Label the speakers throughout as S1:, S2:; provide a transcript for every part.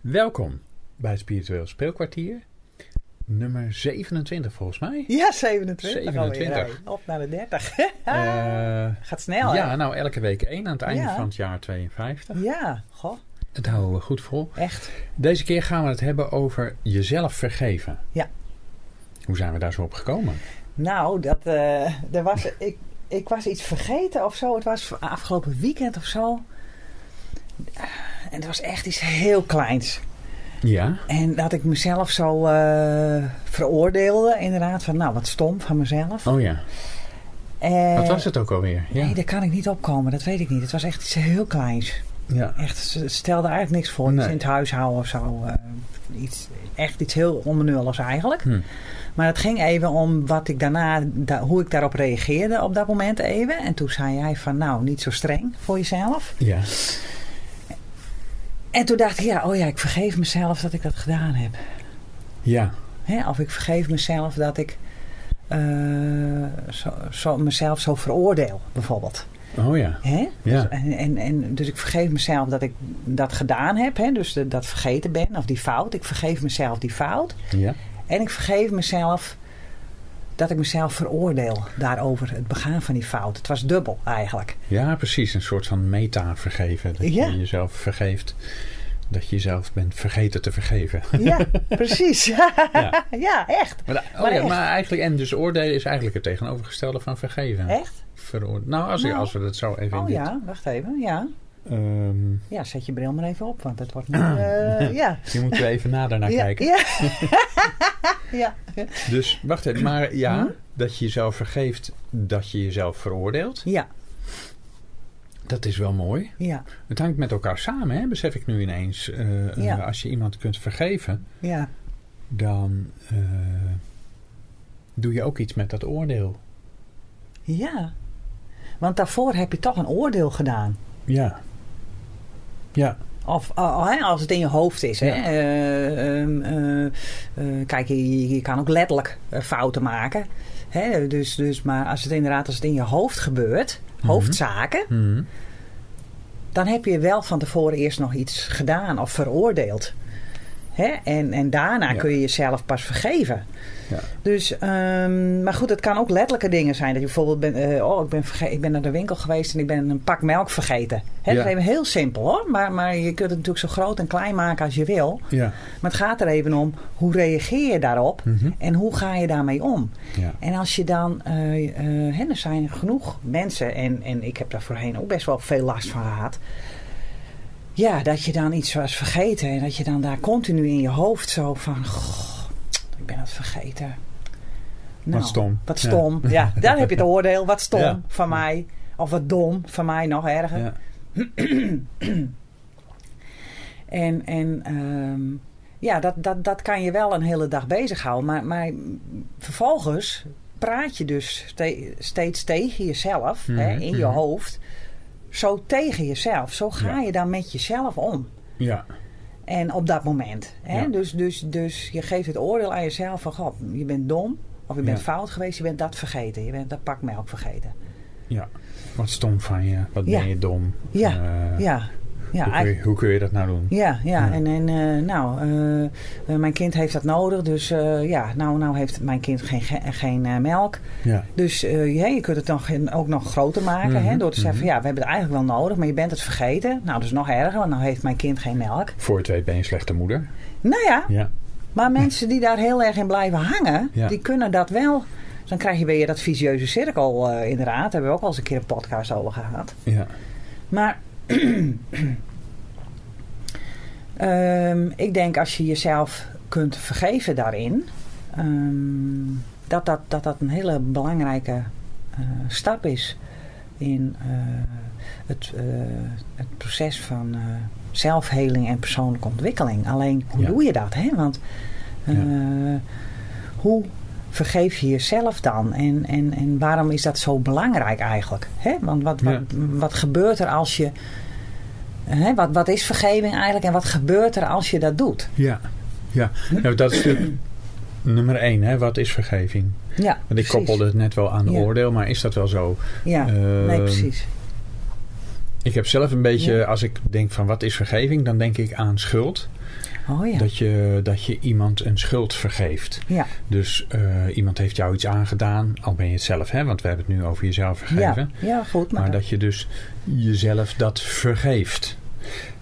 S1: Welkom bij het Spiritueel Speelkwartier. Nummer 27 volgens mij.
S2: Ja, 27. alweer.
S1: 27.
S2: Hey, Op naar de 30.
S1: Eh,
S2: Gaat snel, hè?
S1: ja, nou elke week één aan het einde
S2: Ja.
S1: van het jaar 52.
S2: Ja, goh,
S1: Het houden we goed vol.
S2: echt.
S1: Deze keer gaan we het hebben over jezelf vergeven.
S2: Ja.
S1: Hoe zijn we daar zo op gekomen?
S2: Nou, dat, eh, er was, ik, ik was iets vergeten of zo. Het was afgelopen weekend of zo. En het was echt iets heel kleins.
S1: Ja.
S2: En dat ik mezelf zo eh, veroordeelde, inderdaad. Van, nou, wat stom van mezelf.
S1: Oh ja.
S2: En-
S1: Wat was het ook alweer? Ja.
S2: Eh, Nee, daar kan ik niet opkomen. Dat weet ik niet. Het was echt iets heel kleins.
S1: ja.
S2: Echt, ze stelde eigenlijk niks voor. Iets
S1: Nee.
S2: in het huishouden of zo. eh, iets, echt iets heel onbenulligs eigenlijk.
S1: Hm.
S2: Maar het ging even om wat ik daarna, da- hoe ik daarop reageerde op dat moment even. En toen zei jij van nou, niet zo streng voor jezelf.
S1: Ja.
S2: En toen dacht ik, ja, oh ja, ik vergeef mezelf dat ik dat gedaan heb.
S1: Ja.
S2: Hè? Of ik vergeef mezelf dat ik eh, zo, zo, mezelf zo veroordeel, bijvoorbeeld.
S1: Oh ja.
S2: Hè?
S1: Ja.
S2: En, en, en dus ik vergeef mezelf dat ik dat gedaan heb. Hè? Dus de- dat vergeten ben of die fout. Ik vergeef mezelf die fout.
S1: Ja.
S2: En ik vergeef mezelf dat ik mezelf veroordeel daarover het begaan van die fout. Het was dubbel eigenlijk.
S1: Ja, precies. Een soort van meta vergeven. Dat
S2: Ja.
S1: je jezelf vergeeft. Dat je jezelf bent vergeten te vergeven.
S2: Ja, precies.
S1: Ja.
S2: Ja, echt.
S1: Maar, da- oh
S2: Maar
S1: ja,
S2: echt.
S1: maar eigenlijk, en dus oordelen is eigenlijk het tegenovergestelde van vergeven.
S2: Echt?
S1: Veroor- nou, als, ik-
S2: Nou.
S1: als we dat zo even in
S2: Oh
S1: dit...
S2: ja, wacht even. Ja.
S1: Ehm,
S2: ja, zet je bril maar even op, want het wordt nu... eh, ja.
S1: hier moeten we even nader naar
S2: ja,
S1: kijken.
S2: ja. ja.
S1: Dus, wacht even. Maar ja,
S2: Hm?
S1: dat je jezelf vergeeft dat je jezelf veroordeelt.
S2: Ja,
S1: Dat is wel mooi.
S2: ja,
S1: Het hangt met elkaar samen, hè? besef ik nu ineens. Eh, eh,
S2: Ja.
S1: als je iemand kunt vergeven,
S2: ja.
S1: dan eh, doe je ook iets met dat oordeel.
S2: Ja. Want daarvoor heb je toch een oordeel gedaan.
S1: Ja. Ja.
S2: Of oh, hè, als het in je hoofd is. Hè?
S1: Ja.
S2: Eh, ehm, eh, eh, kijk, je, je kan ook letterlijk eh, fouten maken. Hè? Dus, dus, maar als het inderdaad als het in je hoofd gebeurt, hoofdzaken,
S1: Mhm.
S2: dan heb je wel van tevoren eerst nog iets gedaan of veroordeeld. Hè? En, en daarna
S1: Ja.
S2: kun je jezelf pas vergeven.
S1: Ja.
S2: Dus, ehm, maar goed, het kan ook letterlijke dingen zijn. Dat je bijvoorbeeld bent, eh, oh, ik ben, verge- ik ben naar de winkel geweest en ik ben een pak melk vergeten. Hè, Dat
S1: Ja.
S2: is even heel simpel hoor, maar, maar je kunt het natuurlijk zo groot en klein maken als je wil.
S1: Ja.
S2: Maar het gaat er even om, hoe reageer je daarop
S1: Mhm.
S2: en hoe ga je daarmee om?
S1: Ja.
S2: En als je dan, eh, eh, hè, er zijn genoeg mensen, en, en ik heb daar voorheen ook best wel veel last van gehad. Ja, dat je dan iets was vergeten en dat je dan daar continu in je hoofd zo van, goh, ik ben het vergeten. Nou,
S1: Wat stom.
S2: Wat
S1: Ja.
S2: stom, ja. Dan heb je het oordeel, wat stom
S1: Ja.
S2: van mij. Of wat dom van mij, nog erger.
S1: Ja.
S2: En, en ehm, ja, dat, dat, dat kan je wel een hele dag bezighouden. Maar, maar vervolgens praat je dus ste- steeds tegen jezelf, hè,
S1: Mhm,
S2: in je
S1: mhm.
S2: hoofd. Zo tegen jezelf. Zo ga
S1: Ja.
S2: je dan met jezelf om.
S1: Ja.
S2: En op dat moment. Hè?
S1: Ja.
S2: Dus, dus, dus je geeft het oordeel aan jezelf van... God, je bent dom. Of je bent
S1: Ja.
S2: fout geweest. Je bent dat vergeten. Je bent dat pak melk vergeten.
S1: Ja. Wat stom van je. Wat
S2: Ja.
S1: ben je dom.
S2: Ja.
S1: Eh,
S2: Ja. Ja,
S1: hoe, kun je, hoe kun je dat nou doen?
S2: Ja, ja.
S1: Ja.
S2: En, en eh, nou, eh, eh, mijn kind heeft dat nodig. Dus eh, ja, nou, nou heeft mijn kind geen, ge- geen eh, melk.
S1: Ja.
S2: Dus eh, ja, je kunt het nog, ook nog groter maken. hè,
S1: Mhm,
S2: door te zeggen, van, ja, we hebben het eigenlijk wel nodig. Maar je bent het vergeten. Nou, dat is nog erger. Want nou heeft mijn kind geen melk.
S1: Voor je het weet ben je een slechte moeder.
S2: Nou ja,
S1: Ja.
S2: maar mensen die daar heel erg in blijven hangen.
S1: Ja.
S2: Die kunnen dat wel. Dan krijg je weer dat vicieuze cirkel eh, inderdaad. Daar hebben we ook al eens een keer een podcast over gehad.
S1: Ja.
S2: Maar ehm, ik denk als je jezelf kunt vergeven daarin, ehm, dat, dat, dat dat een hele belangrijke eh, stap is in eh, het, eh, het proces van eh, zelfheling en persoonlijke ontwikkeling. Alleen hoe
S1: Ja.
S2: doe je dat? Hè? Want eh, hoe vergeef je jezelf dan? En, en, en waarom is dat zo belangrijk eigenlijk? Hè? Want wat, wat,
S1: Ja.
S2: wat gebeurt er als je. Hè, wat, wat is vergeving eigenlijk en wat gebeurt er als je dat doet?
S1: Ja. Ja. Nou, dat is natuurlijk nummer één. Hè. Wat is vergeving?
S2: Ja,
S1: Want ik koppelde het net wel aan
S2: Ja.
S1: oordeel. Maar is dat wel zo?
S2: Ja,
S1: Eh,
S2: nee, precies.
S1: Ik heb zelf een beetje, als ik denk van wat is vergeving, dan denk ik aan schuld.
S2: Oh ja.
S1: Dat, je, dat je iemand een schuld vergeeft.
S2: Ja.
S1: Dus eh, iemand heeft jou iets aangedaan, al ben je het zelf, hè, want we hebben het nu over jezelf
S2: Ja,
S1: vergeven.
S2: ja, goed. Maar,
S1: Maar dat je dus jezelf dat vergeeft.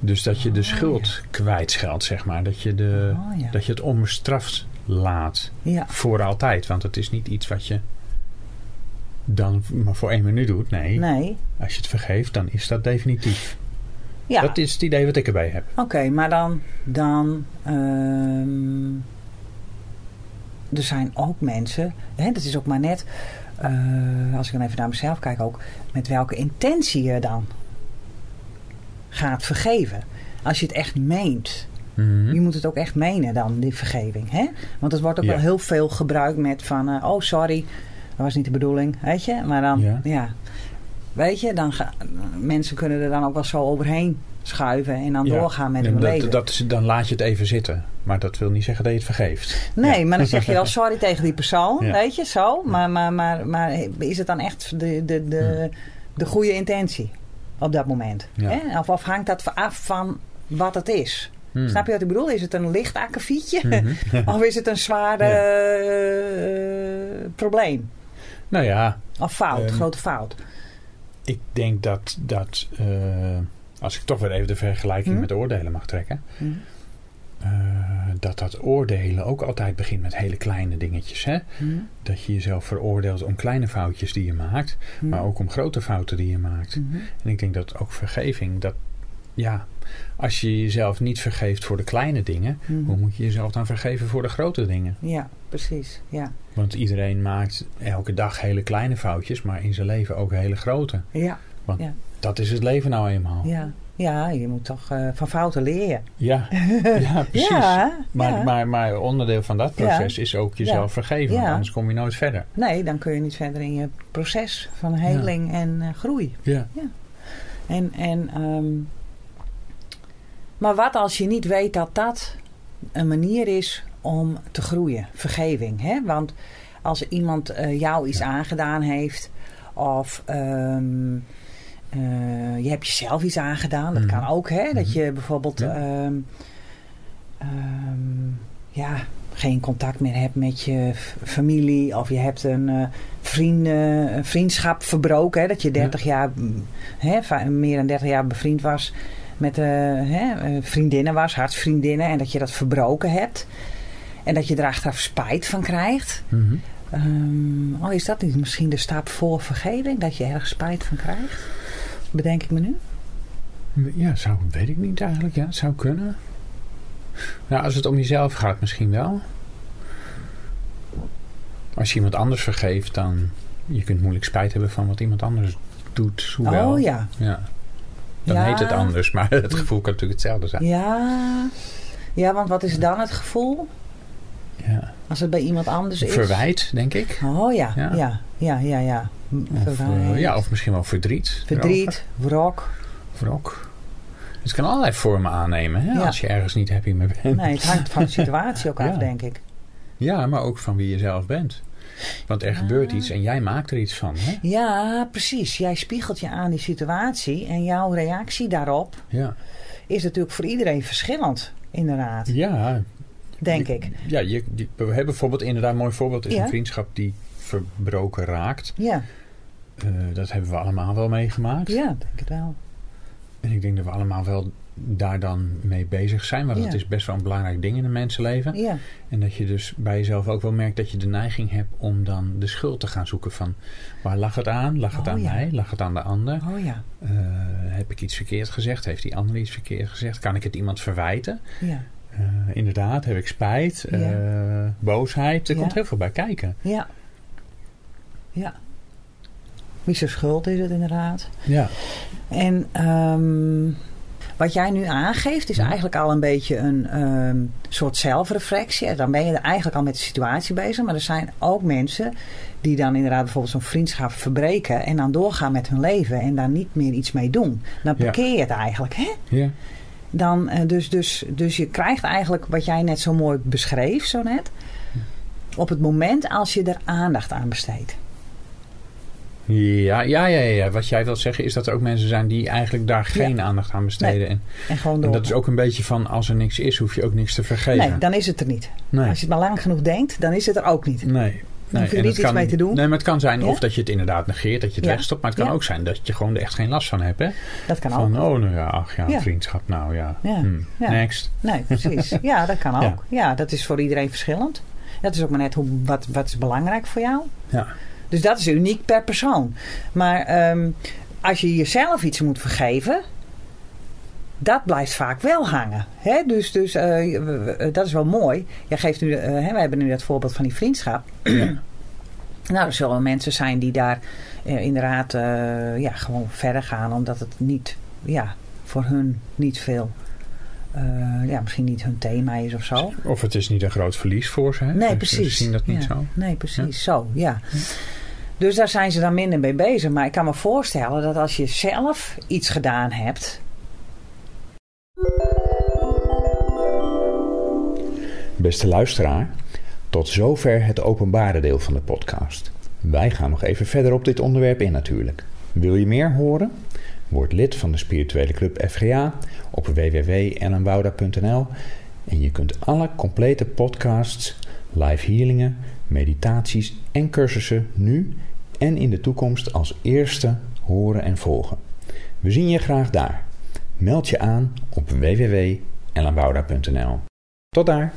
S1: Dus dat je de
S2: Oh,
S1: schuld kwijtscheldt, zeg maar. Dat je, de,
S2: Oh ja.
S1: dat je het onbestraft laat.
S2: ja.
S1: Voor altijd. Want het is niet iets wat je dan maar voor één minuut doet. Nee,
S2: Nee.
S1: als je het vergeeft, dan is dat definitief.
S2: Ja,
S1: Dat is het idee wat ik erbij heb.
S2: oké. maar dan... dan ehm, er zijn ook mensen... Hè, dat is ook maar net... eh, als ik dan even naar mezelf kijk ook... Met welke intentie je dan gaat vergeven. Als je het echt meent...
S1: Mhm.
S2: Je moet het ook echt menen dan, die vergeving. Hè? Want het wordt ook
S1: Ja.
S2: wel heel veel gebruikt met van... eh, oh, sorry, dat was niet de bedoeling, weet je. Maar dan, ja.
S1: Ja.
S2: Weet je, dan ga- mensen kunnen er dan ook wel zo overheen schuiven... en dan
S1: Ja.
S2: doorgaan met
S1: En
S2: hun leven.
S1: dat, dat is, dan laat je het even zitten. Maar dat wil niet zeggen dat je het vergeeft.
S2: nee,
S1: Ja.
S2: maar dan zeg je wel sorry tegen die persoon,
S1: Ja.
S2: weet je, zo. Maar, maar, maar, maar is het dan echt de, de, de, de goede intentie op dat moment?
S1: Ja.
S2: Hè? Of, of hangt dat af van wat het is?
S1: Hmm.
S2: Snap je wat ik bedoel? Is het een licht akkefietje?
S1: Mhm.
S2: Of is het een zware
S1: Ja.
S2: eh, probleem?
S1: nou ja,
S2: Of fout,
S1: Ehm,
S2: grote fout.
S1: ik denk dat, dat eh, als ik toch weer even de vergelijking
S2: Hm?
S1: met oordelen mag trekken,
S2: Hm.
S1: eh, dat dat oordelen ook altijd begint met hele kleine dingetjes. Hè? Dat je jezelf veroordeelt om kleine foutjes die je maakt,
S2: Hm.
S1: maar ook om grote fouten die je maakt.
S2: Mhm.
S1: En ik denk dat ook vergeving, dat ja, als je jezelf niet vergeeft voor de kleine dingen,
S2: Mhm.
S1: hoe moet je jezelf dan vergeven voor de grote dingen?
S2: Ja, precies. Ja.
S1: Want iedereen maakt elke dag hele kleine foutjes, maar in zijn leven ook hele grote.
S2: Ja,
S1: Dat is het leven nou eenmaal.
S2: ja. ja, je moet toch eh, van fouten leren.
S1: Ja, ja precies.
S2: Ja,
S1: Maar,
S2: ja.
S1: maar, maar onderdeel van dat proces is ook jezelf
S2: Ja.
S1: vergeven. want
S2: Ja.
S1: Anders kom je nooit verder.
S2: Nee, dan kun je niet verder in je proces van heling en eh, groei.
S1: Ja.
S2: En, en, ehm, maar wat als je niet weet dat dat een manier is om te groeien? Vergeving. Hè? Want als iemand eh, jou iets aangedaan heeft, of ehm, eh, je hebt jezelf iets aangedaan, dat
S1: Mhm.
S2: kan ook, hè? dat je bijvoorbeeld
S1: Ja.
S2: ehm, ehm, ja, geen contact meer hebt met je f- familie, of je hebt een eh, vrienden, een vriendschap verbroken, hè? dat je 30 jaar mm, hè, va- meer dan 30 jaar bevriend was met eh, hè, eh, vriendinnen was, hartsvriendinnen. En dat je dat verbroken hebt. En dat je er achteraf spijt van krijgt.
S1: Mhm.
S2: Ehm, oh, is dat niet misschien de stap voor vergeving? Dat je erg spijt van krijgt? Bedenk ik me nu.
S1: Ja, zou, weet ik niet eigenlijk. Ja, het zou kunnen. Nou, als het om jezelf gaat, misschien wel. Als je iemand anders vergeeft, dan... Je kunt moeilijk spijt hebben van wat iemand anders doet. Hoewel,
S2: Oh ja.
S1: ja. Dan
S2: Ja.
S1: heet het anders, maar het gevoel kan natuurlijk hetzelfde zijn.
S2: Ja. Ja, want wat is dan het gevoel?
S1: Ja.
S2: Als het bij iemand anders Dus is.
S1: Verwijt, denk ik.
S2: Oh ja. Ja,
S1: Ja.
S2: ja, ja, ja. M-
S1: Of, eh,
S2: Verwijt.
S1: ja, of misschien wel verdriet. erover.
S2: Verdriet, wrok.
S1: Wrok. Het Dus kan allerlei vormen aannemen hè,
S2: Ja.
S1: als je ergens niet happy mee bent.
S2: Nee, het hangt van de situatie ook af,
S1: Ja.
S2: denk ik.
S1: Ja, maar ook van wie je zelf bent. Want er gebeurt
S2: Ja.
S1: iets en jij maakt er iets van. Hè?
S2: Ja, precies. Jij spiegelt je aan die situatie en jouw reactie daarop
S1: Ja.
S2: is natuurlijk voor iedereen verschillend, inderdaad,
S1: ja,
S2: denk
S1: Je-
S2: ik.
S1: ja je, die- we hebben bijvoorbeeld inderdaad een mooi voorbeeld. is
S2: Ja.
S1: een vriendschap die verbroken raakt.
S2: Ja,
S1: Eh, dat hebben we allemaal wel meegemaakt.
S2: ja, denk het wel.
S1: En ik denk dat we allemaal wel daar dan mee bezig zijn. Want
S2: Ja.
S1: dat is best wel een belangrijk ding in een mensenleven.
S2: Ja,
S1: En dat je dus bij jezelf ook wel merkt dat je de neiging hebt om dan de schuld te gaan zoeken. Van waar lag het aan? Lag het
S2: Oh,
S1: aan
S2: ja.
S1: mij? Lag het aan de ander?
S2: oh ja,
S1: Eh, heb ik iets verkeerd gezegd? Heeft die ander iets verkeerd gezegd? Kan ik het iemand verwijten?
S2: ja,
S1: Eh, inderdaad, heb ik spijt?
S2: Ja.
S1: Eh, boosheid? Er
S2: Ja.
S1: komt heel veel bij kijken.
S2: ja. Ja. Wie zijn schuld is het inderdaad.
S1: Ja.
S2: En ehm, wat jij nu aangeeft is
S3: Mhm.
S1: Ja.
S2: eigenlijk al een beetje een ehm, soort zelfreflectie. En Dan ben je er eigenlijk al met de situatie bezig. Maar er zijn ook mensen die dan inderdaad bijvoorbeeld zo'n vriendschap verbreken. En dan doorgaan met hun leven en daar niet meer iets mee doen. Dan
S1: Ja.
S2: parkeer je het eigenlijk. Hè?
S1: ja.
S2: Dan, eh, dus, dus, dus je krijgt eigenlijk wat jij net zo mooi beschreef zo net. Op het moment als je er aandacht aan besteedt.
S3: Ja, ja, ja, ja. Wat jij wil zeggen is dat er ook mensen zijn die eigenlijk daar geen aandacht aan besteden. En,
S2: En gewoon
S3: en
S2: door.
S3: dat is ook een beetje van als er niks is, hoef je ook niks te vergeven.
S2: nee, dan is het er niet.
S3: nee. Mm.
S2: Als je het maar lang genoeg denkt, dan is het er ook niet.
S3: nee.
S2: Dan
S3: Nee,
S2: hoef je
S3: en
S2: niet
S3: het
S2: iets
S3: kan-
S2: mee te doen.
S3: Nee, maar het kan zijn
S2: Ja?
S3: of dat je het inderdaad negeert, dat je het
S2: Ja.
S3: wegstopt. Maar het kan
S2: Ja.
S3: ook zijn dat je gewoon er echt geen last van hebt. Hè?
S2: Dat kan ook.
S3: Van, oh, nou ja, ach ja,
S2: Ja.
S3: vriendschap, nou ja.
S2: Ja,
S3: Hm.
S2: ja.
S3: Next.
S2: Nee, precies. Ja, dat kan
S3: Ja.
S2: ook. Ja, dat is voor iedereen verschillend. Dat is ook maar net hoe, wat, wat is belangrijk voor jou.
S3: Ja.
S2: Dus dat is uniek per persoon. Maar ehm, als je jezelf iets moet vergeven, dat blijft vaak wel hangen. Hè? Dus, dus eh, we- we- eh, dat is wel mooi. Jij geeft nu, eh, hè, we hebben nu dat voorbeeld van die vriendschap.
S3: Ja.
S2: Nou, er zullen wel mensen zijn die daar eh, inderdaad eh, ja, gewoon verder gaan, omdat het niet, ja, voor hun niet veel, eh, ja, misschien niet hun thema is of zo.
S3: Of het is niet een groot verlies voor ze. Hè?
S2: Nee,
S3: Ze- ze
S2: precies.
S3: zien dat niet
S2: Ja.
S3: zo.
S2: Nee, precies. Zo, ja. Dus daar zijn ze dan minder mee bezig. Maar ik kan me voorstellen dat als je zelf iets gedaan hebt.
S1: Beste luisteraar, tot zover het openbare deel van de podcast. Wij gaan nog even verder op dit onderwerp in natuurlijk. Wil je meer horen? Word lid van de spirituele club FGA op www.ellenwouda.nl en je kunt alle complete podcasts, live healingen, meditaties en cursussen nu en in de toekomst als eerste horen en volgen. We zien je graag daar. Meld je aan op www.ellenwouda.nl. Tot daar!